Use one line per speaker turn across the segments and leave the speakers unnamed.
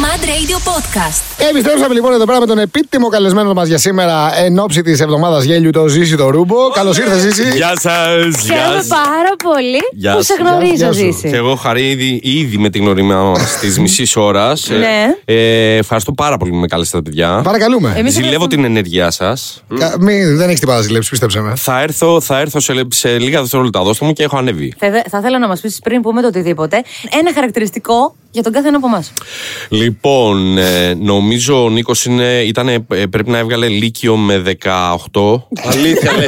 Mad Radio Podcast.
Επιστρέψαμε λοιπόν εδώ πέρα με τον επίτιμο καλεσμένο μας για σήμερα εν ώψη της εβδομάδας γέλιου, το Ζήση το Ρούμπο. Καλώς ήρθες, Ζήση.
Γεια σας! Γεια
Χαίρομαι πάρα πολύ
Γεια
που
σου.
σε γνωρίζω,
Γεια σου.
Και
Ζήση.
εγώ χαρή ήδη, ήδη με την γνωριμία μα τη μισής ώρας.
Ναι.
Ε, ευχαριστώ πάρα πολύ που με κάλεσατε, παιδιά.
Παρακαλούμε.
Εμείς
Ζηλεύω
ευχαριστούμε.
την ενέργειά σας.
Κα- μη- δεν έχεις τίποτα να ζηλέψεις, πίστεψε με.
Θα έρθω, θα έρθω σε, σε λίγα δευτερόλεπτα. Δώστε μου και έχω ανέβει.
Θα, δε- θα ήθελα να μας πεις πριν πούμε το οτιδήποτε ένα χαρακτηριστικό για τον κάθε ένα από εμάς.
Λοιπόν, ε, νομίζω ο Νίκος ήταν, ε, πρέπει να έβγαλε Λύκειο με 18. Αλήθεια, λέει.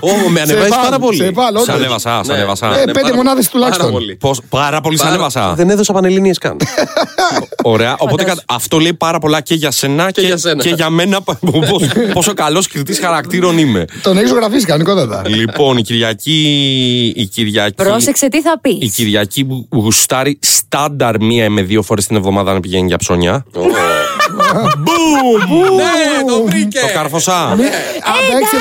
Ω, με ανεβάζει
πάνω,
πάρα πολύ.
σε πάνω, όντως.
Σ' ανέβασα, σ'
Ναι.
ανέβασα.
Ε, πέντε μονάδε τουλάχιστον.
πολύ. Ε,
Πώς- πάρα πολύ σ'
Πάρα-
ανέβασα.
Δεν έδωσα πανελληνίες καν.
Ωραία. Οπότε κα- αυτό λέει πάρα πολλά και για σένα και,
για σένα.
και για μένα πο- πόσο, πόσο καλός κριτής χαρακτήρων είμαι.
Τον έχεις ζωγραφίσει κανονικότατα.
λοιπόν, η Κυριακή. Η Κυριακή
Πρόσεξε τι θα
η
πει.
Κυριακή που γουστάρει στάνταρ μία με δύο φορές την εβδομάδα να πηγαίνει για ψώνια. Μπούμ!
Ναι, το βρήκε.
Το κάρφωσα. Ε, Εντάξει,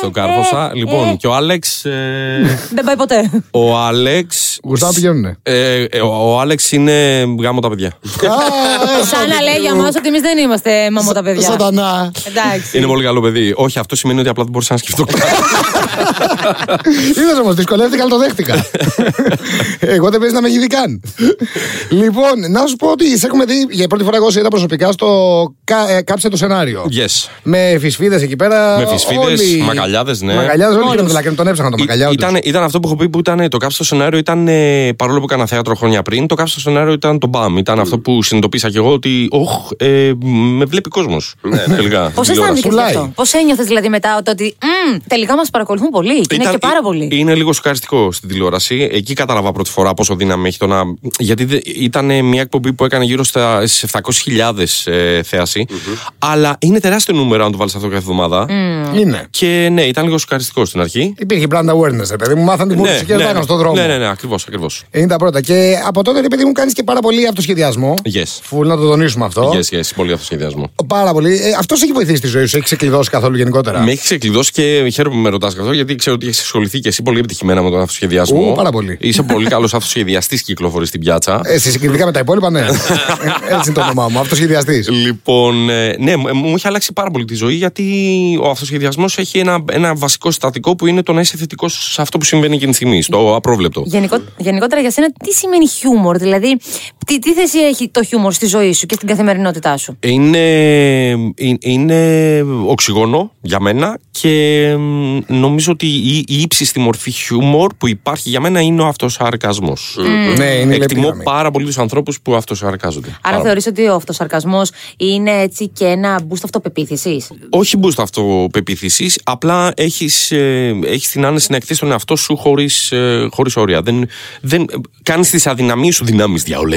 το
Ε,
κάρφωσα. Λοιπόν, και ο Άλεξ. ε,
Δεν πάει ποτέ.
Ο Άλεξ.
Γουστά πηγαίνουνε.
ε, ε, ο- Ο Άλεξ είναι γάμο τα παιδιά.
Α, ε,
Σαν να λέει για μα ότι εμείς δεν είμαστε μαμό τα παιδιά.
Σατανά.
Εντάξει.
Είναι πολύ καλό παιδί. Όχι, αυτό σημαίνει ότι απλά δεν μπορούσα να σκεφτώ.
Είδες όμως, δυσκολεύτηκα, αλλά το δέχτηκα. εγώ δεν παίζει να με έχει δει καν. λοιπόν, να σου πω ότι σε έχουμε δει για πρώτη φορά εγώ σε είδα προσωπικά στο κα- ε, Κάψε το σενάριο.
Yes.
Με φυσφίδες εκεί πέρα.
Με φυσφίδες,
όλοι-
μακαλιάδες, ναι.
Μακαλιάδες, όλοι γίνονται λακρύμ, τον έψαχναν το μακαλιά. όντως.
Ήταν, ήταν αυτό που έχω πει που ήταν ε, το κάψιμο σενάριο ήταν ε, παρόλο που έκανα θέατρο χρόνια πριν, το κάψιμο σενάριο ήταν το μπαμ. Ήταν αυτό που συνειδητοποίησα κι εγώ ότι οχ, ε, με βλέπει κόσμος. Ναι, τελικά.
Πώς
στην τηλεόραση.
αισθάνθηκες γι'
Πουλάει.
αυτό. Πώς ένιωθες δηλαδή μετά το ότι «Μμ, τελικά μας παρακολουθούν πολύ. Και είναι
Ήταν-
και πάρα
ε-
πολύ.
Είναι λίγο σοκαριστικό στην τηλεόραση. Εκεί κατάλαβα πρώτη φορά πόσο δύναμη έχει το να. Γιατί δε- ήταν ε, μια εκπομπή που έκανε γύρω στα 700.000 ε, θέαση. Αλλά είναι τεράστιο νούμερο αν το βάλεις αυτό κάθε εβδομάδα.
Είναι.
Και ναι, ήταν λίγο σοκαριστικό στην αρχή.
Υπήρχε brand awareness, ρε παιδί μου. Μάθαν την
Ναι,
κούρση και
ναι,
δεν Ε, στον δρόμο.
ναι, ναι, ναι, ακριβώς, ακριβώς.
Είναι τα πρώτα. Και από τότε, ρε παιδί μου, κάνεις και πάρα πολύ αυτοσχεδιασμό.
Yes.
Φουλ να το τονίσουμε αυτό.
Yes, yes, πολύ αυτοσχεδιασμό.
Πάρα πολύ. Ε, αυτός έχει βοηθήσει τη ζωή σου, έχεις ξεκλειδώσει καθόλου γενικότερα.
Με έχεις ξεκλειδώσει και χαίρομαι που με ρωτάς αυτό, γιατί ξέρω ότι έχεις ασχοληθεί και εσύ πολύ επιτυχημένα με τον αυτοσχεδιασμό.
Ου, πάρα πολύ.
Είσαι πολύ καλός αυτοσχεδιαστής και κυκλοφορείς στην πιάτσα.
Ε, σε συγκριτικά με τα υπόλοιπα, ναι. Ε, Έτσι είναι το όνομά μου. Αυτοσχεδιαστής.
Λοιπόν, ε, ναι, μου- μου έχει αλλάξει πάρα πολύ τη ζωή γιατί ο αυτοσχεδιασμός έχει ένα, ένα βασικό συστατικό που είναι το να είσαι θετικός σε αυτό που συμβαίνει εκείνη τη στιγμή, στο απρόβλεπτο.
Γενικό, γενικότερα για σένα, τι σημαίνει χιούμορ, δηλαδή τι, τι θέση έχει το χιούμορ στη ζωή σου και στην καθημερινότητά σου.
Είναι, ε, είναι οξυγόνο για μένα και μ, νομίζω ότι η, η ύψιστη μορφή χιούμορ που υπάρχει για μένα είναι ο αυτοσαρκασμός.
Ναι, είναι η λεπτή
Λοιπόν, Εκτιμώ
γραμμή.
πάρα πολύ τους ανθρώπους που αυτοσαρκάζονται.
Άρα
Πάρα
θεωρείς ότι ο αυτοσαρκασμός είναι έτσι και ένα boost αυτοπεποίθησης.
Όχι boost αυτοπεποίθησης, απλά έχεις έχεις την άνεση να εκθέσει τον εαυτό σου χωρίς χωρίς όρια. Δεν, δεν, Κάνεις τις αδυναμίες σου δυνάμεις, διάολε.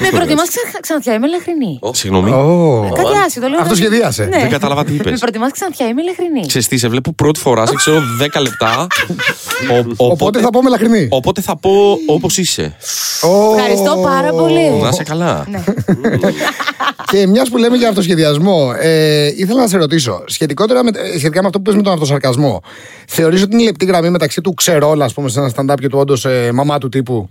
Με προτιμάς ξα... ξανθιά, είμαι ελεχρινή.
Συγγνώμη.
Ω.
Κάτι άσχητο λέω.
Αυτό
να-
σχεδίασε.
Ναι.
Δεν κατάλαβα τι είπες.
Με προτιμάς ξανθιά, είμαι ελεχρινή.
Ξέρεις τι, σε βλέπω πρώτη φορά, σε ξέρω 10 λεπτά. Ο-
Οπότε θα πω μελαχρινή.
οπότε θα πω όπως είσαι.
Ω.
Ευχαριστώ πάρα πολύ.
Να είσαι καλά.
Και μιας που λέμε για αυτοσχεδιασμό, ε, ήθελα να σε ρωτήσω σχετικότερα με, ε, σχετικά με αυτό που πες με τον αυτοσαρκασμό. Θεωρείς ότι είναι η λεπτή γραμμή μεταξύ του ξερόλα, ας πούμε, σε ένα stand-up και του όντως ε, μαμά του τύπου.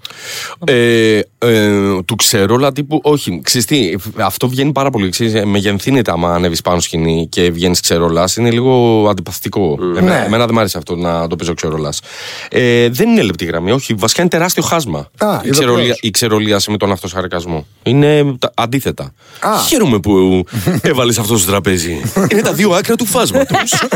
Ε, ε, του ξέρω, αλλά τύπου. Όχι, ξέρεις τι, αυτό βγαίνει πάρα πολύ. Ξέρεις, ε, μεγενθύνεται άμα ανέβεις πάνω σκηνή και βγαίνεις ξερόλας. Είναι λίγο αντιπαθητικό. Εμένα,
Ναι.
εμένα δεν μου αρέσει αυτό να το παίζω ξερόλας. Ε, δεν είναι λεπτή γραμμή, όχι. Βασικά είναι τεράστιο χάσμα.
Α,
η,
είδα
ξερολία,
πώς.
η ξερολίαση με τον αυτοσαρκασμό. Είναι τα- αντίθετα.
Α.
Χαίρομαι που έβαλες αυτό στο τραπέζι. είναι τα δύο άκρα του φάσματος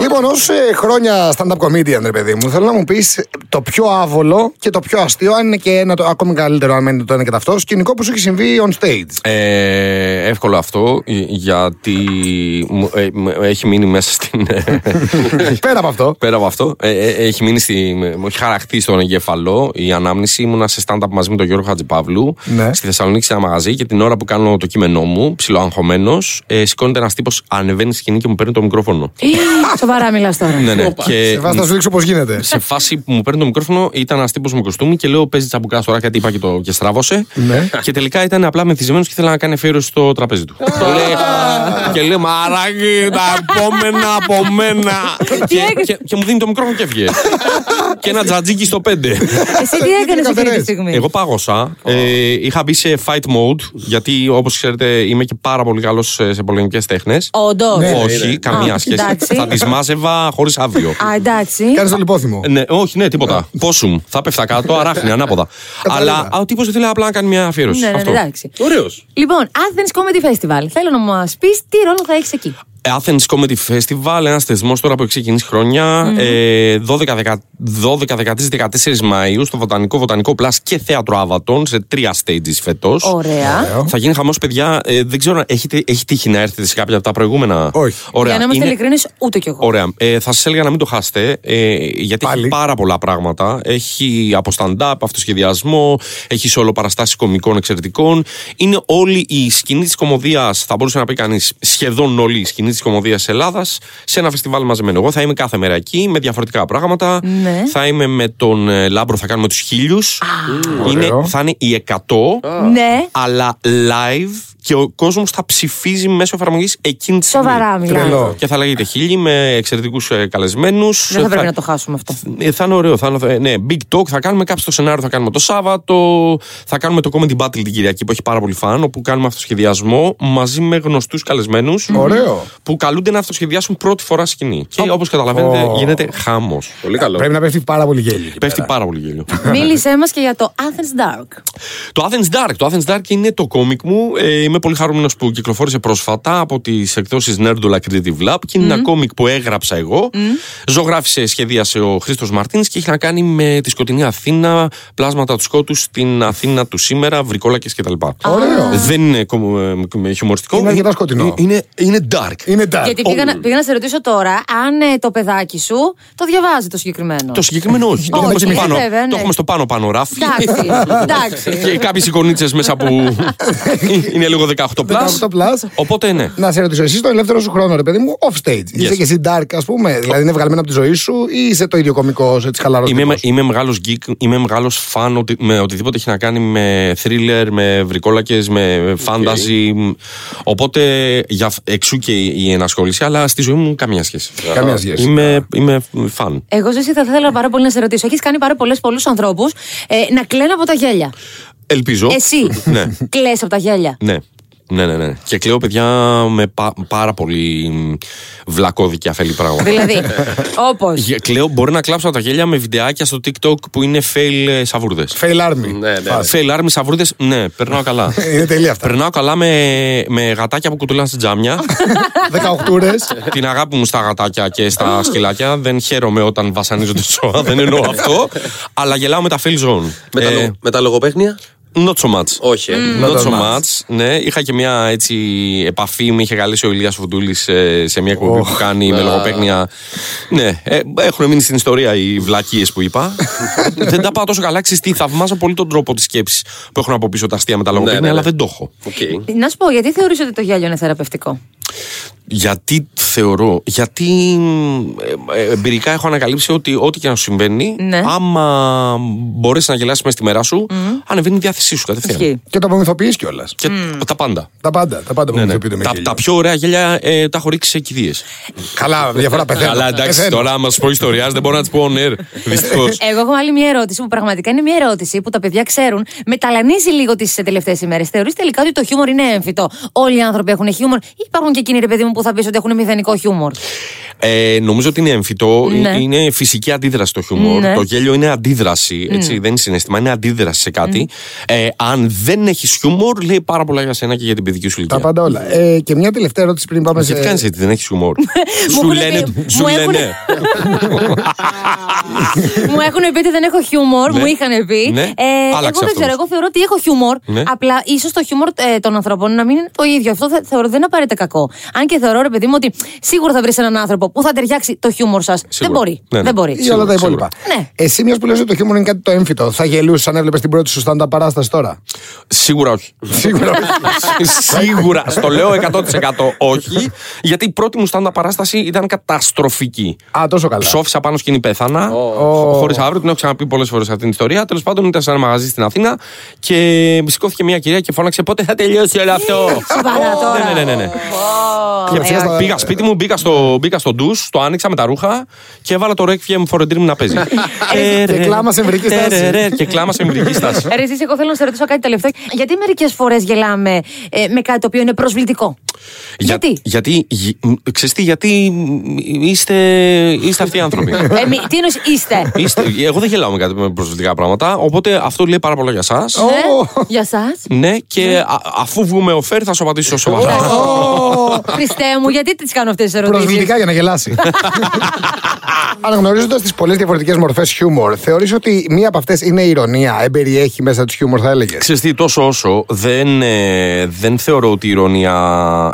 λοιπόν, ω χρόνια stand-up comedian, ρε παιδί μου, θέλω να μου πεις το πιο άβολο και το πιο αστείο, αν είναι και ένα το ακόμη καλύτερο, αν μένει το ένα και ταυτό, σκηνικό που σου έχει συμβεί on stage.
Ε, εύκολο αυτό, ε, γιατί μου- ε, μου- έχει μείνει μέσα στην. ε,
Πέρα από αυτό.
Πέρα από αυτό, ε, ε, έχει μείνει στη, μου έχει χαραχτεί στον εγκεφαλό η ανάμνηση. Ήμουνα σε stand-up μαζί με τον Γιώργο Χατζηπαύλου
Ναι.
στη Θεσσαλονίκη σε ένα μαγαζί. τρομάζει και την ώρα που κάνω το κείμενό μου, ψιλοαγχωμένος, ε, σηκώνεται ένας τύπος, ανεβαίνει στη σκηνή και μου παίρνει το μικρόφωνο.
Ή, Ε, Σοβαρά μιλάς τώρα.
ναι, ναι.
Σε
και
βάση να σου δείξω πώς γίνεται.
σε φάση που μου παίρνει το μικρόφωνο ήταν ένας τύπος με κοστούμι και λέω: Παίζει τσαμπουκά τώρα γιατί είπα και, το, και στράβωσε.
Ναι.
και τελικά ήταν απλά μεθυσμένος και ήθελε να κάνει αφιέρωση στο τραπέζι του. Το λέει- και λέει: Μαράκι, τα επόμενα από μένα. και, και, και μου δίνει το μικρόφωνο και έφυγε. και ένα τζατζίκι στο πέντε.
Εσύ τι έκανες εκείνη τη
καθαρές.
στιγμή.
Εγώ πάγωσα. Ε, είχα μπει σε fight mode, γιατί όπως ξέρετε είμαι και πάρα πολύ καλός σε, σε πολεμικές τέχνες.
Όντως.
Ναι.
Όχι, καμία
Α,
σχέση.
εντάξει.
Θα τις μάζευα χωρίς άδειο.
Α, εντάξει.
Κάνεις το λιπόθυμο.
Ναι, όχι, ναι, τίποτα. Πόσουμ. Θα πέφτα κάτω, αράχνη, ανάποδα. Αλλά α, ο τύπος ήθελε απλά να κάνει μια αφιέρωση.
Ναι, ναι,
Αυτό.
εντάξει.
Ωραίος.
Λοιπόν, Athens Comedy Festival. Θέλω να μας πεις τι ρόλο θα έχεις εκεί.
Ε, Athens Comedy Festival, ένας θεσμός τώρα που έχει ξεκινήσει χρόνια. ε, 12-13-14 Μαου στο Βοτανικό, Βοτανικό Plus και Θέατρο Αβατών σε τρία stages φέτος.
Ωραία.
Θα γίνει χαμός, παιδιά. Ε, δεν ξέρω, αν έχετε, έχει τύχει να έρθετε σε κάποια από τα προηγούμενα.
Όχι.
Ωραία.
Για να είμαστε
είναι-
ειλικρινείς, ούτε κι εγώ.
Ωραία. Ε, θα σας έλεγα να μην το χάσετε, ε, γιατί
Πάλι.
έχει πάρα πολλά πράγματα. Έχει από stand-up, αυτοσχεδιασμό, έχει όλο παραστάσεις κομικών εξαιρετικών. Είναι όλη η σκηνή της κομμωδίας, θα μπορούσε να πει κανείς, σχεδόν όλη η σκηνή της κομμωδίας Ελλάδας, σε ένα φεστιβάλ μαζεμένο. Εγώ θα είμαι κάθε μέρα εκεί με διαφορετικά πράγματα.
Ναι.
Θα είμαι με τον ε, Λάμπρο, θα κάνουμε τους χίλιους.
Ωραίο.
Θα είναι οι 100
Ναι.
αλλά live και ο κόσμος θα ψηφίζει μέσω εφαρμογής εκείνη τη στιγμή.
Σοβαρά μιλάμε.
Τρελό.
Και θα λέγεται χίλιοι με ε, εξαιρετικού καλεσμένους.
Δεν θα πρέπει να το χάσουμε αυτό.
Ε, Θα είναι ωραίο. Θα είναι, ναι, big talk. Θα κάνουμε κάποιο το σενάριο, θα κάνουμε το Σάββατο. Θα κάνουμε το comedy battle την Κυριακή που έχει πάρα πολύ φαν, όπου κάνουμε αυτοσχεδιασμό μαζί με γνωστούς καλεσμένους.
Ωραίο.
Που καλούνται να αυτοσχεδιάσουν πρώτη φορά σκηνή. Και όπως καταλαβαίνετε, γίνεται χάμος.
Πολύ καλό.
Πρέπει να πέφτει πάρα πολύ γέλιο.
Πέφτει πάρα πολύ γέλιο.
Μίλησέ μας και για το Athens Dark.
Το Athens Dark. Το Athens Dark είναι το κόμικ μου. Ε, είμαι πολύ χαρούμενος που κυκλοφόρησε πρόσφατα από τις εκδόσεις Nerdola Creative Lab και είναι ένα κόμικ που έγραψα εγώ. Ζωγράφησε, σχεδίασε ο Χρήστος Μαρτίνης και έχει να κάνει με τη σκοτεινή Αθήνα, πλάσματα του σκότου στην Αθήνα του σήμερα, βρικόλακες κτλ.
Ωραίο.
Δεν είναι κομ- ε, μ- ε, χιουμοριστικό.
Είναι αρκετά σκοτεινό.
Είναι, είναι dark.
Είναι dark.
Γιατί πήγα, να- πήγα να σε ρωτήσω τώρα αν ε, το παιδάκι σου το διαβάζει το συγκεκριμένο.
Το συγκεκριμένο όχι. το,
Όχι,
έχουμε στο
ε,
πάνω,
βέβαια, ναι.
το έχουμε στο πάνω πάνω ράφι.
Εντάξει.
και
εντάξει.
κάποιε εικονίτσε μέσα που είναι λίγο 18
18 plus.
Οπότε ναι.
Να σε ρωτήσω, εσύ στον ελεύθερο σου χρόνο, ρε παιδί μου, off stage. Είσαι και εσύ dark, ας πούμε. Δηλαδή είναι βγαλμένο από τη ζωή σου ή είσαι το ίδιο κωμικός, έτσι χαλαρός.
Είμαι,
τύπος?
είμαι μεγάλος geek, είμαι μεγάλος φαν οτι, με οτιδήποτε έχει να κάνει με thriller, με βρικόλακες, με fantasy. Οπότε για, αυ- εξού και η ενασχόληση, αλλά στη ζωή μου καμία σχέση.
Καμία σχέση.
Είμαι, είμαι φαν.
Εγώ ζήσει θα ήθελα πάρα πολύ να σε ρωτήσω. Έχεις κάνει πάρα πολλές πολλούς ανθρώπους ε, να κλαίνουν από τα γέλια.
Ελπίζω.
Εσύ
ναι.
κλαις από τα γέλια.
Ναι. Ναι, ναι, ναι. Και κλαίω παιδιά με πα- πάρα πολύ μ, βλακώδη και αφελή πράγματα.
δηλαδή, όπως.
Γε- Κλαίω, μπορώ να κλάψω από τα γέλια με βιντεάκια στο TikTok που είναι fail ε, σαβούρδες.
Fail army.
ναι, ναι.
Φάση. Ε,
Fail army σαβούρδες, ναι, περνάω καλά.
Είναι τελεία αυτά.
Περνάω καλά με, με γατάκια που κουτουλάνε στην τζάμια.
18 ώρε.
την αγάπη μου στα γατάκια και στα σκυλάκια. Δεν χαίρομαι όταν βασανίζονται σώμα, δεν εννοώ αυτό. Αλλά γελάω με τα fail zone.
Με τα,
Ε,
λο- με τα λογοπαίχνια.
Not so much.
Όχι. ε.
Not so much. Ναι, είχα και μια έτσι επαφή. Με είχε καλέσει ο Ηλίας Φουντούλης ε, σε μια εκπομπή που κάνει με λογοπαίγνια. Ναι, ε, έχουν μείνει στην ιστορία οι βλακίες που είπα. δεν τα πάω τόσο καλά. Ξέρεις τι, θαυμάζω πολύ τον τρόπο της σκέψης που έχουν από πίσω τα αστεία με τα λογοπαίγνια,
Ναι, ναι, ναι.
αλλά δεν το έχω.
Οκ.
Να σου πω, γιατί θεωρείς ότι το γέλιο είναι θεραπευτικό.
Γιατί θεωρώ, γιατί ε, ε, εμπειρικά έχω ανακαλύψει ότι ό,τι και να σου συμβαίνει,
Ναι.
άμα μπορέσει να γελάσεις μέσα στη μέρα σου, ανεβαίνει η διάθεσή σου κατευθείαν.
Ισχύει.
Και το απομυθοποιείς κιόλας.
Και τα πάντα.
Τα πάντα. Τα πάντα που
Ναι.
απομυθοποιούνται με
Τα,
γέλιο.
τα πιο ωραία γέλια ε, τα έχω ρίξει σε κηδείες.
Καλά, διαφορά πεθαίνω.
Αλλά εντάξει,
Πεθαίνω.
τώρα άμα σου πω ιστορία, δεν μπορώ να τις πω on air. Δυστυχώς.
Εγώ έχω άλλη μια ερώτηση που πραγματικά είναι μια ερώτηση που τα παιδιά ξέρουν. Μεταλανίζει λίγο τις τελευταίες ημέρες. Θεωρείς τελικά ότι το χιούμορ είναι έμφυτο. Όλοι οι άνθρωποι έχουν χιούμορ. Ή υπάρχουν και εκείνοι, ρε παιδί μου, που θα πεις ότι έχουν μηδενικό χιούμορ.
Ε, νομίζω ότι είναι έμφυτο.
Ναι.
Ε, Είναι φυσική αντίδραση το χιούμορ.
Ναι.
Το γέλιο είναι αντίδραση. Έτσι, Δεν είναι συναισθήμα, είναι αντίδραση σε κάτι. Ε, αν δεν έχεις χιούμορ, λέει πάρα πολλά για σένα και για την παιδική σου
Τα
ηλικία.
πάντα όλα. Ε, και μια τελευταία ερώτηση πριν πάμε
Και
σε.
τι κάνει γιατί δεν έχεις χιουμόρ.
Ε, Μου
σου
έχουνε
λένε.
πει-
Σου
μου έχουνε-
λένε.
μου έχουν πει ότι δεν έχω χιούμορ,
Ναι.
μου είχαν πει. Ε,
Ναι. Άλλαξε
εγώ δεν
αυτός
ξέρω,
όμως.
εγώ θεωρώ ότι έχω χιούμορ.
Ναι.
Απλά ίσως το χιούμορ ε, των ανθρώπων να μην είναι το ίδιο. Αυτό θε- θεωρώ δεν είναι απαραίτητα κακό. Αν και θεωρώ, ρε παιδί μου, ότι σίγουρα θα βρεις έναν άνθρωπο που θα ταιριάξει το χιούμορ σας. Δεν μπορεί.
Ναι, ναι.
Δεν μπορεί.
Ή όλα τα υπόλοιπα.
σίγουρα. Ναι.
Εσύ, μιας που λες ότι το χιούμορ είναι κάτι το έμφυτο, θα γελούσες αν έβλεπες την πρώτη σου stand-up παράσταση τώρα.
Σίγουρα όχι.
Σίγουρα.
Σίγουρα. Στο λέω 100% όχι. Γιατί η πρώτη μου στάντα παράσταση ήταν καταστροφική.
Α, τόσο καλά.
Ψόφισα πάνω σκηνή, πέθανα. Χωρίς αύριο, την έχω ξαναπεί πολλές φορές αυτήν την ιστορία. Τέλος πάντων, ήταν σε ένα μαγαζί στην Αθήνα και σηκώθηκε μια κυρία και φώναξε πότε θα τελειώσει όλο αυτό.
Σοβαρά τώρα.
Ναι, ναι, ναι, ναι.
Και ψήκα στα-
Πήγα σπίτι μου, μπήκα στο, μπήκα στο ντους, το άνοιξα με τα ρούχα και έβαλα το Requiem for a Dream να παίζει.
Ε,
Ε,
Και κλάμα σε εμβρική στάση. Ε,
Τερερερ, Και κλάμα σε εμβρική στάση.
Ε, Ρε, Ζήση, εγώ θέλω να σε ρωτήσω κάτι τελευταίο. Γιατί μερικές φορές γελάμε ε, με κάτι το οποίο είναι προσβλητικό.
Για-
Γιατί.
Γιατί, γι- μ, ξέρεις τι, γιατί μ, είστε, είστε αυτοί οι άνθρωποι.
Ε, μη- τι εννοείς είστε.
είστε, εγώ δεν γελάω με κάτι με προσβλητικά πράγματα, οπότε αυτό λέει πάρα πολλά για εσά.
Ε, για σας.
Ναι,
Ε.
και α- αφού βγούμε ο Φέρ θα σου απαντήσω σοβαρά.
Χριστέ μου, γιατί τις κάνω αυτές τις ερωτήσεις.
Προσβλητικά για να γελάσει. Αναγνωρίζοντας τις πολλές διαφορετικές μορφές χιούμορ, θεωρείς ότι μία από αυτές είναι η ηρωνία. Εμπεριέχει μέσα του χιούμορ, θα έλεγες.
Ξέρεις τι, τόσο όσο δεν, ε, δεν θεωρώ ότι η ηρωνία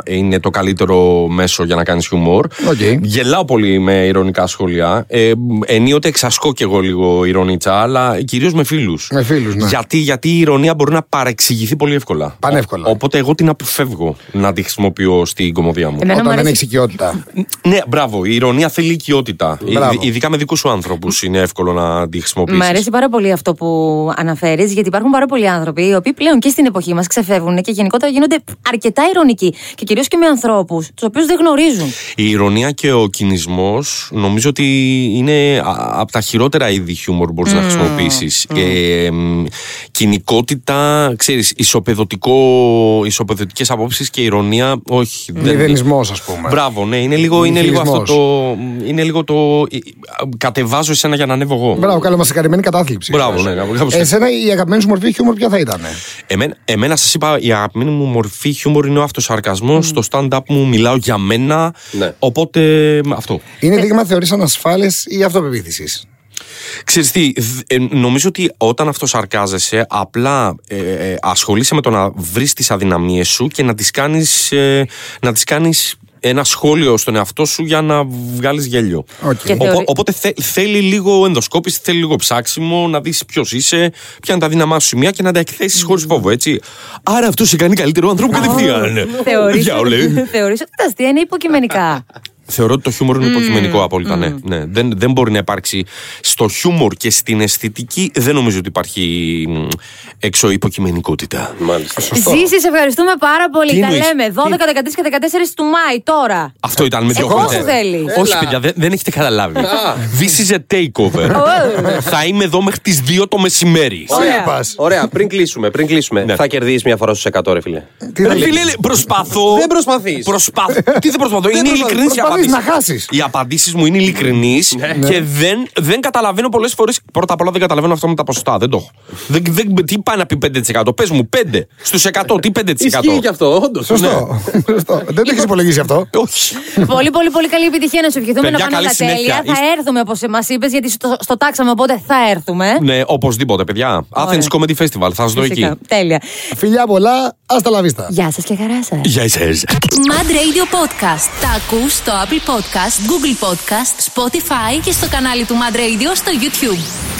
είναι το καλύτερο μέσο για να κάνεις χιουμόρ.
Οκ.
Γελάω πολύ με ηρωνικά σχόλια. Ε, ενίοτε εξασκώ κι εγώ λίγο ηρωνίτσα, αλλά κυρίως με φίλους.
Με φίλους, ναι.
Γιατί, γιατί η ηρωνία μπορεί να παρεξηγηθεί πολύ εύκολα.
Πανεύκολα.
Ο- οπότε εγώ την αποφεύγω να τη χρησιμοποιώ στην κομμωδία μου.
Εμένα μου
Όταν δεν
αρέσει-
έχει οικειότητα.
Ναι, μπράβο. Η ηρωνία θέλει οικειότητα.
Μπράβο.
Ιδ- Ειδικά με δικούς σου άνθρωπους είναι εύκολο να τη χρησιμοποιήσεις.
Μ' αρέσει πάρα πολύ αυτό που αναφέρεις, γιατί υπάρχουν πάρα πολλοί άνθρωποι οι οποίοι πλέον και στην εποχή μας ξεφεύγουν και γενικότερα γίνονται αρκετά ηρωνικοί. Και κυρίως και με ανθρώπους, τους οποίους δεν γνωρίζουν.
Η ηρωνία και ο κινησμός νομίζω ότι είναι α- από τα χειρότερα είδη χιούμορ που μπορείς να χρησιμοποιήσεις. Ε, μ, κοινικότητα, ξέρεις, ισοπεδωτικές απόψεις και ηρωνία, όχι. Ε, δεν-
Μηδενισμό, ας πούμε.
Μπράβο, ναι, είναι λίγο, είναι λίγο αυτό
Νιχιλισμός.
το. Είναι λίγο το. ε, α, Κατεβάζω εσένα για να ανέβω εγώ.
Μπράβο, καλό μα καρυμμένη κατάθλιψη.
Μπράβο, ναι, κάπως έτσι.
Εσένα η αγαπημένη σου μορφή χιούμορ ποια θα ήταν.
Εμένα, εμένα σας είπα, η αγαπημένη μου μορφή χιούμορ είναι ο αυτοσαρκασμός. Στο stand-up μου μιλάω για μένα.
Ναι.
Οπότε μ, αυτό.
Είναι δείγμα θεωρείς ανασφάλειας ή αυτοπεποίθησης.
Ξέρεις τι, δ- ε, νομίζω ότι όταν αυτό σαρκάζεσαι, απλά ε, ε, ασχολείσαι με το να βρεις τις αδυναμίες σου και να τις κάνεις, ε, να τις κάνεις ένα σχόλιο στον εαυτό σου για να βγάλεις γέλιο.
Οκ. Και
θεωρεί-
οπότε θε- θέλει λίγο ενδοσκόπηση, θέλει λίγο ψάξιμο, να δεις ποιος είσαι, ποια είναι τα δύναμά σου σημεία και να τα εκθέσεις χωρίς φόβο, έτσι. Άρα αυτός σε κάνει καλύτερο άνθρωπο
Ναι.
κατευθείαν.
Θεωρείς,
Διάολε.
θεωρείς ότι τα αστεία είναι υποκειμενικά.
Θεωρώ ότι το χιούμορ είναι υποκειμενικό απόλυτα, ναι. ναι. Δεν, δεν μπορεί να υπάρξει στο χιούμορ και στην αισθητική, δεν νομίζω ότι υπάρχει μ, έξω υποκειμενικότητα.
Μάλιστα.
Ζήσει, σε ευχαριστούμε πάρα
Τι
πολύ. Τα
εννοείς?
λέμε 12, 13 και 14 του Μάη τώρα.
Αυτό ήταν με δύο
Ε, Εγώ
χωρίς.
σου θέλεις.
Όχι, παιδιά, δεν, δεν έχετε καταλάβει. This is a takeover.
Ω.
Θα είμαι εδώ μέχρι τις 2 το μεσημέρι.
Ωραία.
πας.
Ωραία, πριν κλείσουμε, πριν κλείσουμε.
Ναι.
Θα κερδίσεις μια φορά στους 100, ρε φίλε.
Τι
Ρε
θα
φίλε,
λέει.
λέει, προσπαθώ.
Δεν προσπαθείς.
Προσπαθ- Τι δεν προσπαθώ, είναι
προσπαθείς.
ειλικρινής η
Προσπαθείς
απάντηση.
να χάσεις.
Οι απαντήσεις μου είναι ειλικρινείς και δεν, δεν καταλαβαίνω πολλές φορές. Πρώτα απ' όλα δεν καταλαβαίνω αυτό με τα ποσοστά. Δεν το έχω. Δεν, δεν, τι πάει να πει 5%. Πες μου, 5 στου 100, τι 5%.
Ισχύει και αυτό, όντως.
Σωστό.
ναι.
Σωστό. Δεν το έχεις υπολογίσει αυτό.
Όχι.
πολύ, πολύ, πολύ καλή επιτυχία να σου ευχηθούμε
Παιδιά,
να πάνε
καλή
όλα τέλεια.
συνέχεια.
Θα
Είστε-
έρθουμε όπως μα είπες, γιατί στο, στο τάξαμε, οπότε θα έρθουμε.
ναι, οπωσδήποτε, παιδιά. Athens Comedy Festival, θα σας δω εκεί.
Φυσικά. Τέλεια.
Φιλιά πολλά, άστα τα λαβίστα.
Γεια σας και χαρά σας.
Γεια σας.
Mad Radio Podcast. Τα ακούς στο Apple Podcast, Google Podcast, Spotify και στο κανάλι του Mad Radio στο YouTube.